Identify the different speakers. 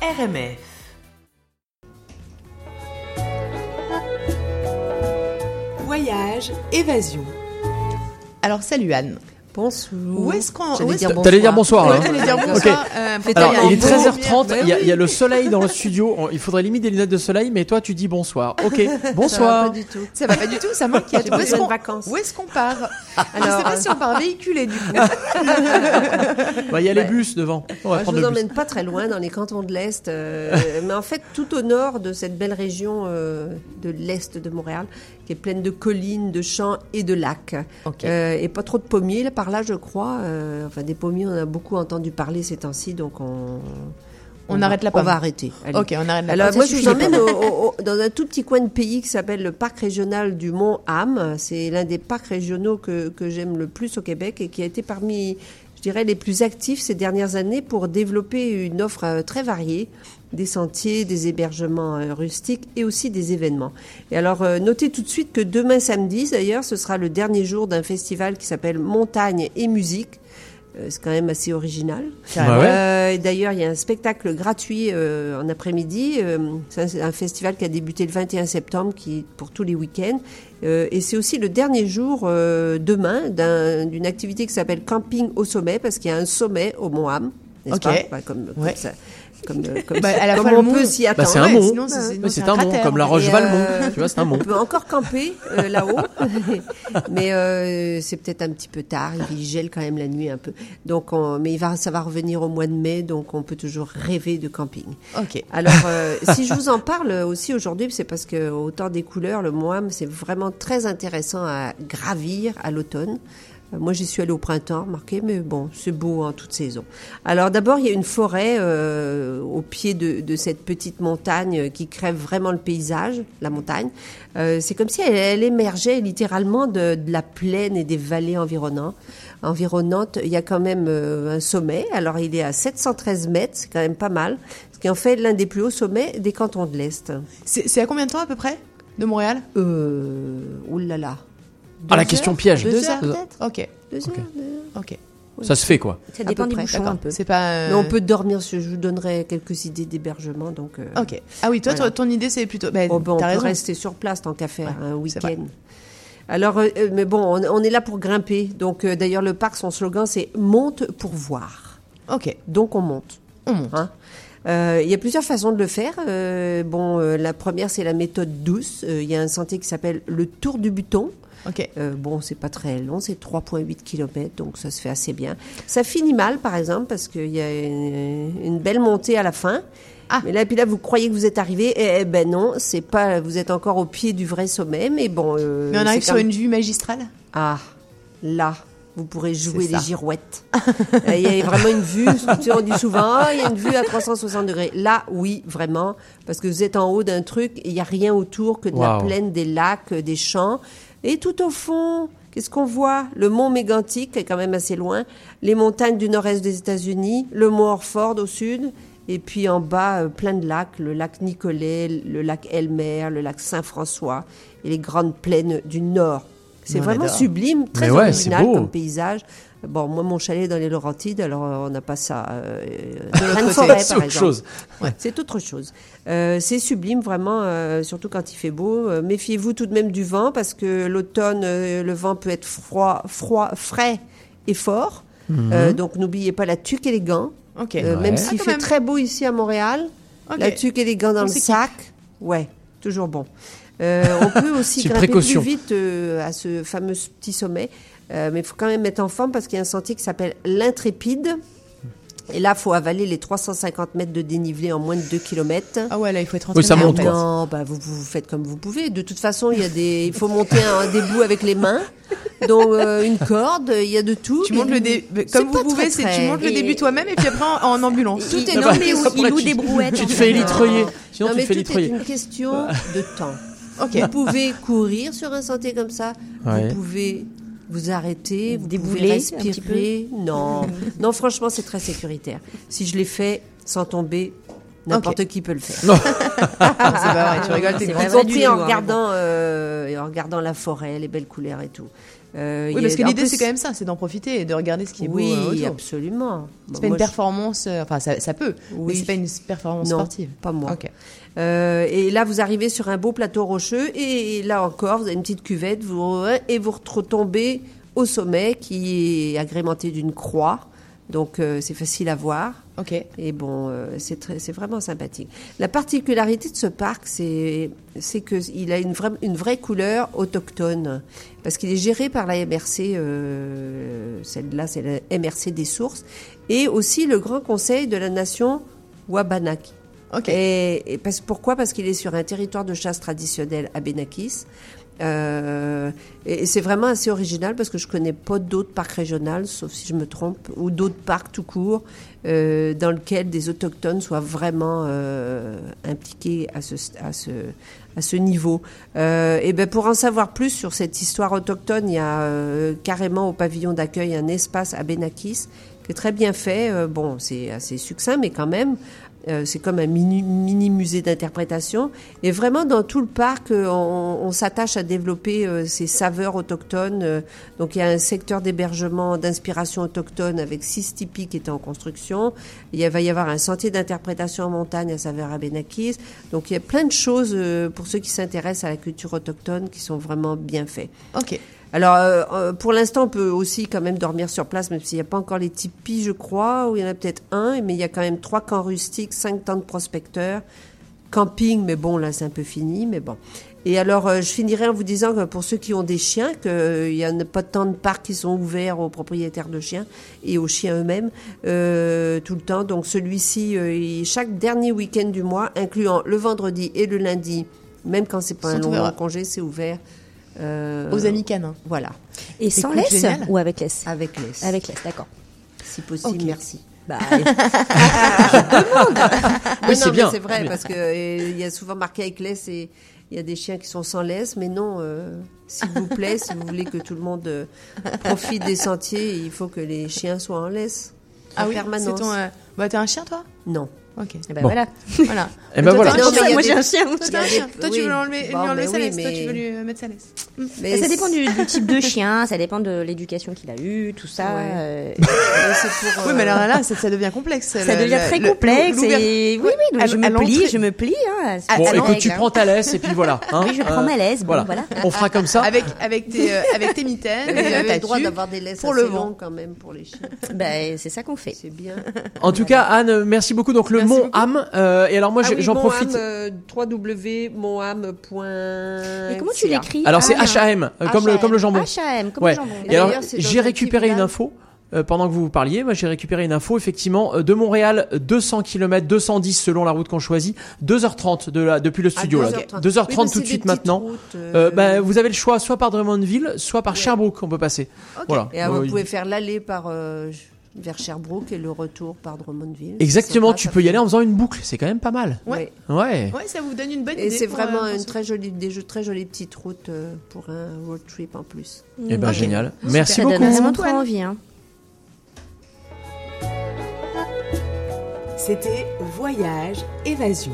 Speaker 1: RMF.
Speaker 2: Voyage, évasion.
Speaker 3: Alors salut Anne.
Speaker 4: Bonsoir.
Speaker 3: Où est-ce qu'on
Speaker 4: J'allais
Speaker 3: où est-ce-
Speaker 4: dire
Speaker 5: T'allais dire bonsoir, là.
Speaker 3: Ouais, t'allais dire bonsoir. euh, peut-être
Speaker 5: Alors,
Speaker 3: un
Speaker 5: il est
Speaker 3: beau-
Speaker 5: 13h30,
Speaker 3: Mais
Speaker 5: il y, a-
Speaker 3: oui.
Speaker 5: il y a le soleil dans le studio, on- il faudrait limiter les lunettes de soleil, mais toi tu dis bonsoir. Ok, bonsoir.
Speaker 4: du tout.
Speaker 3: Ça va pas du tout, ça m'inquiète.
Speaker 4: J'ai
Speaker 3: Où est-ce
Speaker 4: besoin de
Speaker 3: qu'on
Speaker 4: vacances.
Speaker 3: où est-ce qu'on part Je sais
Speaker 4: Alors,
Speaker 3: pas
Speaker 4: euh, Ah,
Speaker 3: si on part véhiculé du coup.
Speaker 5: Bah, Il y a les bus devant, on va
Speaker 4: je
Speaker 5: prendre
Speaker 4: vous
Speaker 5: le bus.
Speaker 4: emmène pas très loin dans les cantons de l'Est, euh, mais en fait tout au nord de cette belle région euh, de l'Est de Montréal, qui est pleine de collines, de champs et de lacs.
Speaker 3: Ok.
Speaker 4: Euh, et pas trop de pommiers, là, par là je crois. Euh, enfin des pommiers, on a beaucoup entendu parler ces temps-ci, donc on...
Speaker 3: On
Speaker 4: va-
Speaker 3: arrête la
Speaker 4: On
Speaker 3: pomme.
Speaker 4: va arrêter. Allez.
Speaker 3: Ok, on arrête la
Speaker 4: Alors
Speaker 3: pomme.
Speaker 4: moi
Speaker 3: Ça
Speaker 4: je vous
Speaker 3: suffit, les
Speaker 4: emmène au- au- au- dans un tout petit coin de pays qui s'appelle le parc régional du Mont Ham. C'est l'un des parcs régionaux que, que j'aime le plus au Québec et qui a été parmi, je dirais, les plus actifs ces dernières années pour développer une offre euh, très variée des sentiers, des hébergements euh, rustiques et aussi des événements. Et alors euh, notez tout de suite que demain samedi, d'ailleurs, ce sera le dernier jour d'un festival qui s'appelle Montagne et musique. Euh, C'est quand même assez original.
Speaker 5: Bah ouais.
Speaker 4: Euh, et D'ailleurs, il y a un spectacle gratuit euh, en après-midi. Euh, c'est un- c'est un festival qui a débuté le 21 septembre, qui pour tous les week-ends. Euh, et c'est aussi le dernier jour euh, demain d'un- d'une activité qui s'appelle camping au sommet, parce qu'il y a un sommet au Mont Ham, n'est-ce
Speaker 3: Ok.
Speaker 4: pas Bah, Comme, comme
Speaker 3: Ouais.
Speaker 4: ça- comme, euh, comme
Speaker 3: Bah,
Speaker 4: ça-
Speaker 3: à la
Speaker 4: comme
Speaker 3: fois le
Speaker 4: on
Speaker 3: mont-
Speaker 4: peut s'y
Speaker 5: Bah,
Speaker 4: attendre.
Speaker 5: c'est un
Speaker 3: ouais,
Speaker 5: mont,
Speaker 3: sinon, c'est- sinon,
Speaker 5: Mais
Speaker 3: c'est
Speaker 5: c'est
Speaker 3: un
Speaker 5: un mont,
Speaker 3: cratère.
Speaker 5: comme la
Speaker 4: Et,
Speaker 5: roche
Speaker 4: euh,
Speaker 5: Valmont, tu vois, c'est un mont.
Speaker 4: on peut encore camper euh, là-haut, mais euh, c'est peut-être un petit peu tard. Il gèle quand même la nuit un peu. Donc, on- mais il va, ça va revenir au mois de mai, donc on peut toujours rêver de camping.
Speaker 3: Ok.
Speaker 4: Alors, euh, si je vous en parle aussi aujourd'hui, c'est parce que au temps des couleurs, le Moam, c'est vraiment très intéressant à gravir à l'automne. Euh, Moi, j'y suis allée au printemps, remarquez, mais bon, c'est beau en toute saison. Alors, d'abord, il y a une forêt euh, au pied de, de cette petite montagne qui crève vraiment le paysage, la montagne. Euh, c'est comme si elle, elle émergeait littéralement de, de la plaine et des vallées environnantes. environnantes. Il y a quand même euh, un sommet. Alors, il est à 713 mètres, c'est quand même pas mal. Ce qui en fait l'un des plus hauts sommets des cantons de l'Est.
Speaker 3: C'est c'est à combien de temps à peu près de Montréal
Speaker 4: Euh. Oulala.
Speaker 5: Ah, la
Speaker 3: Deux
Speaker 5: question
Speaker 3: heures
Speaker 5: piège.
Speaker 3: Deux,
Speaker 4: Deux
Speaker 3: heures
Speaker 4: heures,
Speaker 3: peut-être. Ok.
Speaker 4: Deux heures, deux heures.
Speaker 3: Ok.
Speaker 5: Ça se fait quoi
Speaker 4: À
Speaker 3: Ça
Speaker 4: peu près,
Speaker 3: un
Speaker 4: d'accord.
Speaker 3: peu. C'est pas. euh,
Speaker 4: Mais on peut dormir, je vous donnerai quelques idées d'hébergement. Donc, euh,
Speaker 3: Ok. Ah oui, toi,
Speaker 4: Voilà.
Speaker 3: ton ton idée, c'est plutôt. Bah,
Speaker 4: oh, ben, on
Speaker 3: t'as
Speaker 4: peut
Speaker 3: raison.
Speaker 4: rester sur place tant qu'à faire
Speaker 3: Ouais,
Speaker 4: un
Speaker 3: c'est vrai.
Speaker 4: week-end. Alors, euh, euh, mais bon, on, on est là pour grimper. Donc, euh, d'ailleurs, le parc, son slogan, c'est Monte pour voir.
Speaker 3: Ok.
Speaker 4: Donc, on monte.
Speaker 3: On monte.
Speaker 4: Hein. Euh, Il y a plusieurs façons de le faire. Euh, bon, euh, la première, c'est la méthode douce. Euh, Il y a un sentier qui s'appelle le Tour du Buton.
Speaker 3: Ok.
Speaker 4: Euh, bon, c'est pas très long, c'est 3,8 km, donc ça se fait assez bien. Ça finit mal, par exemple, parce qu'il y a une, une belle montée à la fin.
Speaker 3: Ah.
Speaker 4: Mais là, puis là, vous croyez que vous êtes arrivé, eh, eh ben non, c'est pas, vous êtes encore au pied du vrai sommet, mais bon. euh,
Speaker 3: Mais on
Speaker 4: c'est
Speaker 3: arrive
Speaker 4: quand
Speaker 3: sur
Speaker 4: même-
Speaker 3: une vue magistrale.
Speaker 4: Ah, là. Vous pourrez jouer
Speaker 3: C'est
Speaker 4: les
Speaker 3: ça.
Speaker 4: girouettes. Euh, Il y a vraiment une vue, tu sais, on dit souvent, Ah, il y a une vue à 360 degrés. Là, oui, vraiment, parce que vous êtes en haut d'un truc, et il n'y a rien autour que de la
Speaker 5: Waouh.
Speaker 4: plaine, des lacs, euh, des champs. Et tout au fond, qu'est-ce qu'on voit Le mont Mégantic, qui est quand même assez loin, les montagnes du nord-est des États-Unis, le mont Orford au sud, et puis en bas, euh, plein de lacs, le lac Nicolet, le lac Elmer, le lac Saint-François, et les grandes plaines du nord. C'est
Speaker 3: On
Speaker 4: vraiment
Speaker 3: adore.
Speaker 4: sublime, très
Speaker 5: Mais ouais,
Speaker 4: original
Speaker 5: c'est beau.
Speaker 4: comme paysage. Bon, moi, mon chalet est dans les Laurentides, alors euh, on n'a pas ça. euh, dans la
Speaker 3: côté.
Speaker 4: forêt,
Speaker 5: C'est
Speaker 4: par
Speaker 5: autre
Speaker 4: exemple.
Speaker 5: chose.
Speaker 4: C'est autre chose. Euh, c'est sublime, vraiment, euh, surtout quand il fait beau. Euh, Méfiez-vous tout de même du vent, parce que l'automne, euh, le vent peut être froid, froid, frais et fort.
Speaker 5: Mhm.
Speaker 4: Euh, donc n'oubliez pas la tuque et les gants.
Speaker 3: Ok.
Speaker 4: Euh,
Speaker 5: Ouais.
Speaker 4: Même
Speaker 5: Ah,
Speaker 4: s'il
Speaker 3: quand
Speaker 4: fait
Speaker 3: même.
Speaker 4: très beau ici à Montréal,
Speaker 3: Ok.
Speaker 4: la tuque et les gants dans
Speaker 3: On
Speaker 4: le
Speaker 3: s'équipe.
Speaker 4: sac, ouais, toujours bon. Euh, on peut aussi
Speaker 5: C'est
Speaker 4: grimper
Speaker 5: précaution.
Speaker 4: plus vite euh, à ce fameux petit sommet, euh, mais il faut quand même mettre en forme parce qu'il y a un sentier qui s'appelle l'Intrépide. Et là, faut avaler les 350 mètres de dénivelé en moins de 2 km.
Speaker 3: Ah ouais, là, il faut être
Speaker 5: Oui, ça
Speaker 3: entraîné, en
Speaker 5: monte,
Speaker 3: fait.
Speaker 5: quoi.
Speaker 4: Non, bah vous, vous faites comme vous pouvez. De toute façon, il y a des, il faut monter un, des bouts avec les mains, donc euh, une corde, il y a de tout.
Speaker 3: Tu montes le dé...
Speaker 4: C'est
Speaker 3: Comme
Speaker 4: pas
Speaker 3: vous pouvez,
Speaker 4: très,
Speaker 3: c'est
Speaker 4: très-
Speaker 3: tu montes le
Speaker 4: et-
Speaker 3: début toi-même et puis après en, en ambulance.
Speaker 4: Tout est
Speaker 5: Non,
Speaker 4: non,
Speaker 5: bah,
Speaker 4: mais
Speaker 5: ça
Speaker 4: il
Speaker 5: pourrait
Speaker 4: loue
Speaker 5: être-
Speaker 4: des brouettes.
Speaker 5: Tu
Speaker 4: en
Speaker 5: te fais
Speaker 4: fait.
Speaker 5: élitreiller. Sinon,
Speaker 4: non,
Speaker 5: tu
Speaker 4: mais
Speaker 5: te fais Ah.
Speaker 4: tout est
Speaker 5: élitreiller.
Speaker 4: une question de temps.
Speaker 3: Ok.
Speaker 4: Vous pouvez courir sur un sentier comme ça.
Speaker 5: Ouais.
Speaker 4: Vous pouvez vous arrêter, vous pouvez
Speaker 3: Débouler un petit
Speaker 4: respirer. Non, non, franchement, c'est très sécuritaire. Si je l'ai fait sans tomber, n'importe qui peut le faire.
Speaker 3: Ah, c'est pas vrai, tu rigoles, t'es
Speaker 4: C'est
Speaker 5: hein,
Speaker 3: grave.
Speaker 4: y compris en regardant, euh, et en regardant la forêt, les belles couleurs et tout. Euh, il
Speaker 3: Oui,
Speaker 4: y
Speaker 3: parce
Speaker 4: a-
Speaker 3: que
Speaker 4: en
Speaker 3: l'idée,
Speaker 4: plus-
Speaker 3: c'est quand même ça, c'est d'en profiter et de regarder ce qui est
Speaker 4: Oui,
Speaker 3: beau euh, autour.
Speaker 4: absolument. Bon,
Speaker 3: C'est pas une
Speaker 4: moi, je-
Speaker 3: performance, euh, enfin ça, ça peut, mais
Speaker 4: Oui.
Speaker 3: c'est pas une performance
Speaker 4: Non,
Speaker 3: sportive.
Speaker 4: pas moi.
Speaker 3: Ok.
Speaker 4: Euh, et là, vous arrivez sur un beau plateau rocheux, et là encore, vous avez une petite cuvette, vous, et vous retombez au sommet qui est agrémenté d'une croix. Donc, euh, c'est facile à voir.
Speaker 3: Ok.
Speaker 4: Et bon, euh, c'est très- c'est vraiment sympathique. La particularité de ce parc, c'est c'est que il a une vraie, une vraie couleur autochtone, parce qu'il est géré par la MRC. euh, Celle-là, c'est la MRC des sources, et aussi le Grand Conseil de la Nation Wabanaki.
Speaker 3: Ok.
Speaker 4: Et, et parce, pourquoi Parce qu'il est sur un territoire de chasse traditionnel à Benakis. Euh, et et c'est vraiment assez original parce que je connais pas d'autres parcs régionaux, sauf si je me trompe, ou d'autres parcs tout court, euh, dans lesquels des autochtones soient vraiment euh, impliqués à ce, à ce, à ce niveau. Euh, et ben pour en savoir plus sur cette histoire autochtone, il y a euh, carrément au pavillon d'accueil un espace à Benakis qui est très bien fait. Euh, bon, c'est assez succinct, mais quand même, euh, c'est comme un mini, mini musée d'interprétation. Et vraiment, dans tout le parc, euh, on, on s'attache à développer euh, ces saveurs autochtones. Euh, donc, il y a un secteur d'hébergement d'inspiration autochtone avec six tipis qui étaient en construction. Il y va y avoir un sentier d'interprétation en montagne à saveur Abénakis. Donc, il y a plein de choses euh, pour ceux qui s'intéressent à la culture autochtone qui sont vraiment bien faits.
Speaker 3: Ok.
Speaker 4: Alors, euh, euh, pour l'instant, on peut aussi quand même dormir sur place, même s'il n'y a pas encore les tipis, je crois, ou il y en a peut-être un, mais il y a quand même trois camps rustiques, cinq tentes prospecteurs, camping, mais bon, là, c'est un peu fini, mais bon. Et alors, euh, je finirai en vous disant que pour ceux qui ont des chiens, qu'il n'y en a pas tant de parcs qui sont ouverts aux propriétaires de chiens et aux chiens eux-mêmes euh, tout le temps. Donc, celui-ci, euh, il- chaque dernier week-end du mois, incluant le vendredi et le lundi, même quand c'est pas
Speaker 3: Sont
Speaker 4: un long
Speaker 3: ouverts.
Speaker 4: congé, c'est ouvert. euh,
Speaker 3: Aux amis canins.
Speaker 4: Voilà
Speaker 1: Et sans
Speaker 3: Écoute,
Speaker 1: laisse
Speaker 3: génial.
Speaker 1: ou avec laisse
Speaker 4: avec les.
Speaker 1: Avec laisse, d'accord.
Speaker 4: si possible,
Speaker 3: Ok.
Speaker 4: merci.
Speaker 1: Bah,
Speaker 5: c'est
Speaker 4: Non, non, mais
Speaker 5: bien.
Speaker 4: C'est vrai
Speaker 5: Mais-
Speaker 4: parce que euh, il y a souvent marqué avec laisse et il y a des chiens qui sont sans laisse, mais non. euh, S'il vous plaît, si vous voulez que tout le monde euh, profite des sentiers, il faut que les chiens soient en laisse. en
Speaker 3: c'est
Speaker 4: permanence.
Speaker 3: ton. euh, Bah t'es un chien toi
Speaker 4: Non.
Speaker 3: Ok.
Speaker 1: eh ben
Speaker 5: Bon.
Speaker 1: voilà.
Speaker 3: Voilà.
Speaker 5: Eh ben
Speaker 3: Toi,
Speaker 5: voilà.
Speaker 3: t'as un
Speaker 4: Non,
Speaker 3: chien.
Speaker 4: mais il y a
Speaker 1: moi
Speaker 4: des-
Speaker 1: j'ai un chien.
Speaker 3: Toi, t'as un
Speaker 4: des-
Speaker 3: chien. Toi, tu
Speaker 4: oui.
Speaker 3: veux enlever- lui
Speaker 4: Bon,
Speaker 3: enlever
Speaker 4: mais
Speaker 3: sa
Speaker 4: oui,
Speaker 3: laisse. Toi, tu
Speaker 4: mais-
Speaker 3: veux lui euh, mettre sa laisse.
Speaker 4: Mais
Speaker 1: ça dépend du, du type de chien, ça dépend de l'éducation qu'il a eue, tout ça.
Speaker 4: Ouais.
Speaker 1: euh,
Speaker 4: mais c'est pour,
Speaker 3: Oui,
Speaker 4: euh,
Speaker 3: mais alors là, ça, ça devient complexe.
Speaker 1: ça
Speaker 3: Le-
Speaker 1: devient
Speaker 3: le-
Speaker 1: très
Speaker 3: le-
Speaker 1: complexe.
Speaker 3: l'ouver-
Speaker 1: Et... Oui, oui, donc
Speaker 3: à-
Speaker 1: je
Speaker 3: à
Speaker 1: me
Speaker 3: l'entrée.
Speaker 1: plie, je me plie. Hein, à-
Speaker 5: Bon,
Speaker 1: à la
Speaker 5: écoute,
Speaker 1: règle,
Speaker 5: tu
Speaker 1: hein.
Speaker 5: prends ta laisse et puis voilà. hein.
Speaker 1: Oui, je prends ma laisse, bon,
Speaker 5: voilà.
Speaker 1: voilà.
Speaker 5: On fera comme ça.
Speaker 3: Avec, avec, tes, euh, avec tes mitaines,
Speaker 4: Vous avez
Speaker 3: ta
Speaker 4: le droit
Speaker 3: tuque.
Speaker 4: d'avoir des laisses
Speaker 3: pour
Speaker 4: assez
Speaker 3: le vent.
Speaker 4: longues quand même pour les chiens.
Speaker 1: Bah, c'est ça qu'on fait.
Speaker 4: C'est bien.
Speaker 5: En tout cas, Anne, merci beaucoup. Donc
Speaker 3: Merci
Speaker 5: le Mont
Speaker 3: beaucoup.
Speaker 5: Ham. euh, et alors moi,
Speaker 4: Ah
Speaker 5: j'ai-
Speaker 4: oui,
Speaker 5: j'en
Speaker 4: Moham,
Speaker 5: profite.
Speaker 4: euh, www.moham.fr.
Speaker 1: Et comment tu l'écris
Speaker 5: Alors c'est
Speaker 1: Ah,
Speaker 5: H-A-M, euh, comme le comme le jambon.
Speaker 1: H-A-M, comme
Speaker 5: Ouais.
Speaker 1: le jambon.
Speaker 5: Et alors,
Speaker 4: D'ailleurs, c'est dans
Speaker 5: j'ai
Speaker 4: un
Speaker 5: récupéré une
Speaker 4: tribunal.
Speaker 5: info. euh, pendant que vous vous parliez, moi j'ai récupéré une info effectivement euh, de Montréal, 200 km, 210 selon la route qu'on choisit, 2h30 de là depuis le studio là.
Speaker 4: 2h30.
Speaker 5: 2h30
Speaker 4: Oui, parce que
Speaker 5: tout de
Speaker 4: c'est
Speaker 5: suite
Speaker 4: des
Speaker 5: maintenant.
Speaker 4: petites routes, euh,
Speaker 5: Euh, bah, vous avez le choix soit par Drummondville, soit par Sherbrooke on peut passer. Voilà.
Speaker 4: Et alors,
Speaker 5: Euh,
Speaker 4: vous pouvez faire l'aller par euh, vers Sherbrooke et le retour par Drummondville.
Speaker 5: Exactement,
Speaker 4: C'est sympa,
Speaker 5: tu
Speaker 4: ça
Speaker 5: peux y
Speaker 4: fait-
Speaker 5: aller en faisant une boucle, c'est quand même pas mal.
Speaker 4: Ouais.
Speaker 3: Ouais.
Speaker 5: Ouais.
Speaker 3: Ouais, ça vous donne une bonne idée.
Speaker 4: Et c'est
Speaker 3: pour,
Speaker 4: vraiment
Speaker 3: euh,
Speaker 4: une
Speaker 3: pour
Speaker 4: très jolie, des jeux, très jolies petites routes euh, pour un road trip en plus.
Speaker 5: Et ben
Speaker 3: Ok.
Speaker 5: génial. Merci
Speaker 1: Ça donne
Speaker 5: beaucoup.
Speaker 1: vraiment trop
Speaker 3: Antoine.
Speaker 1: envie. Hein.
Speaker 2: C'était Voyage, Évasion.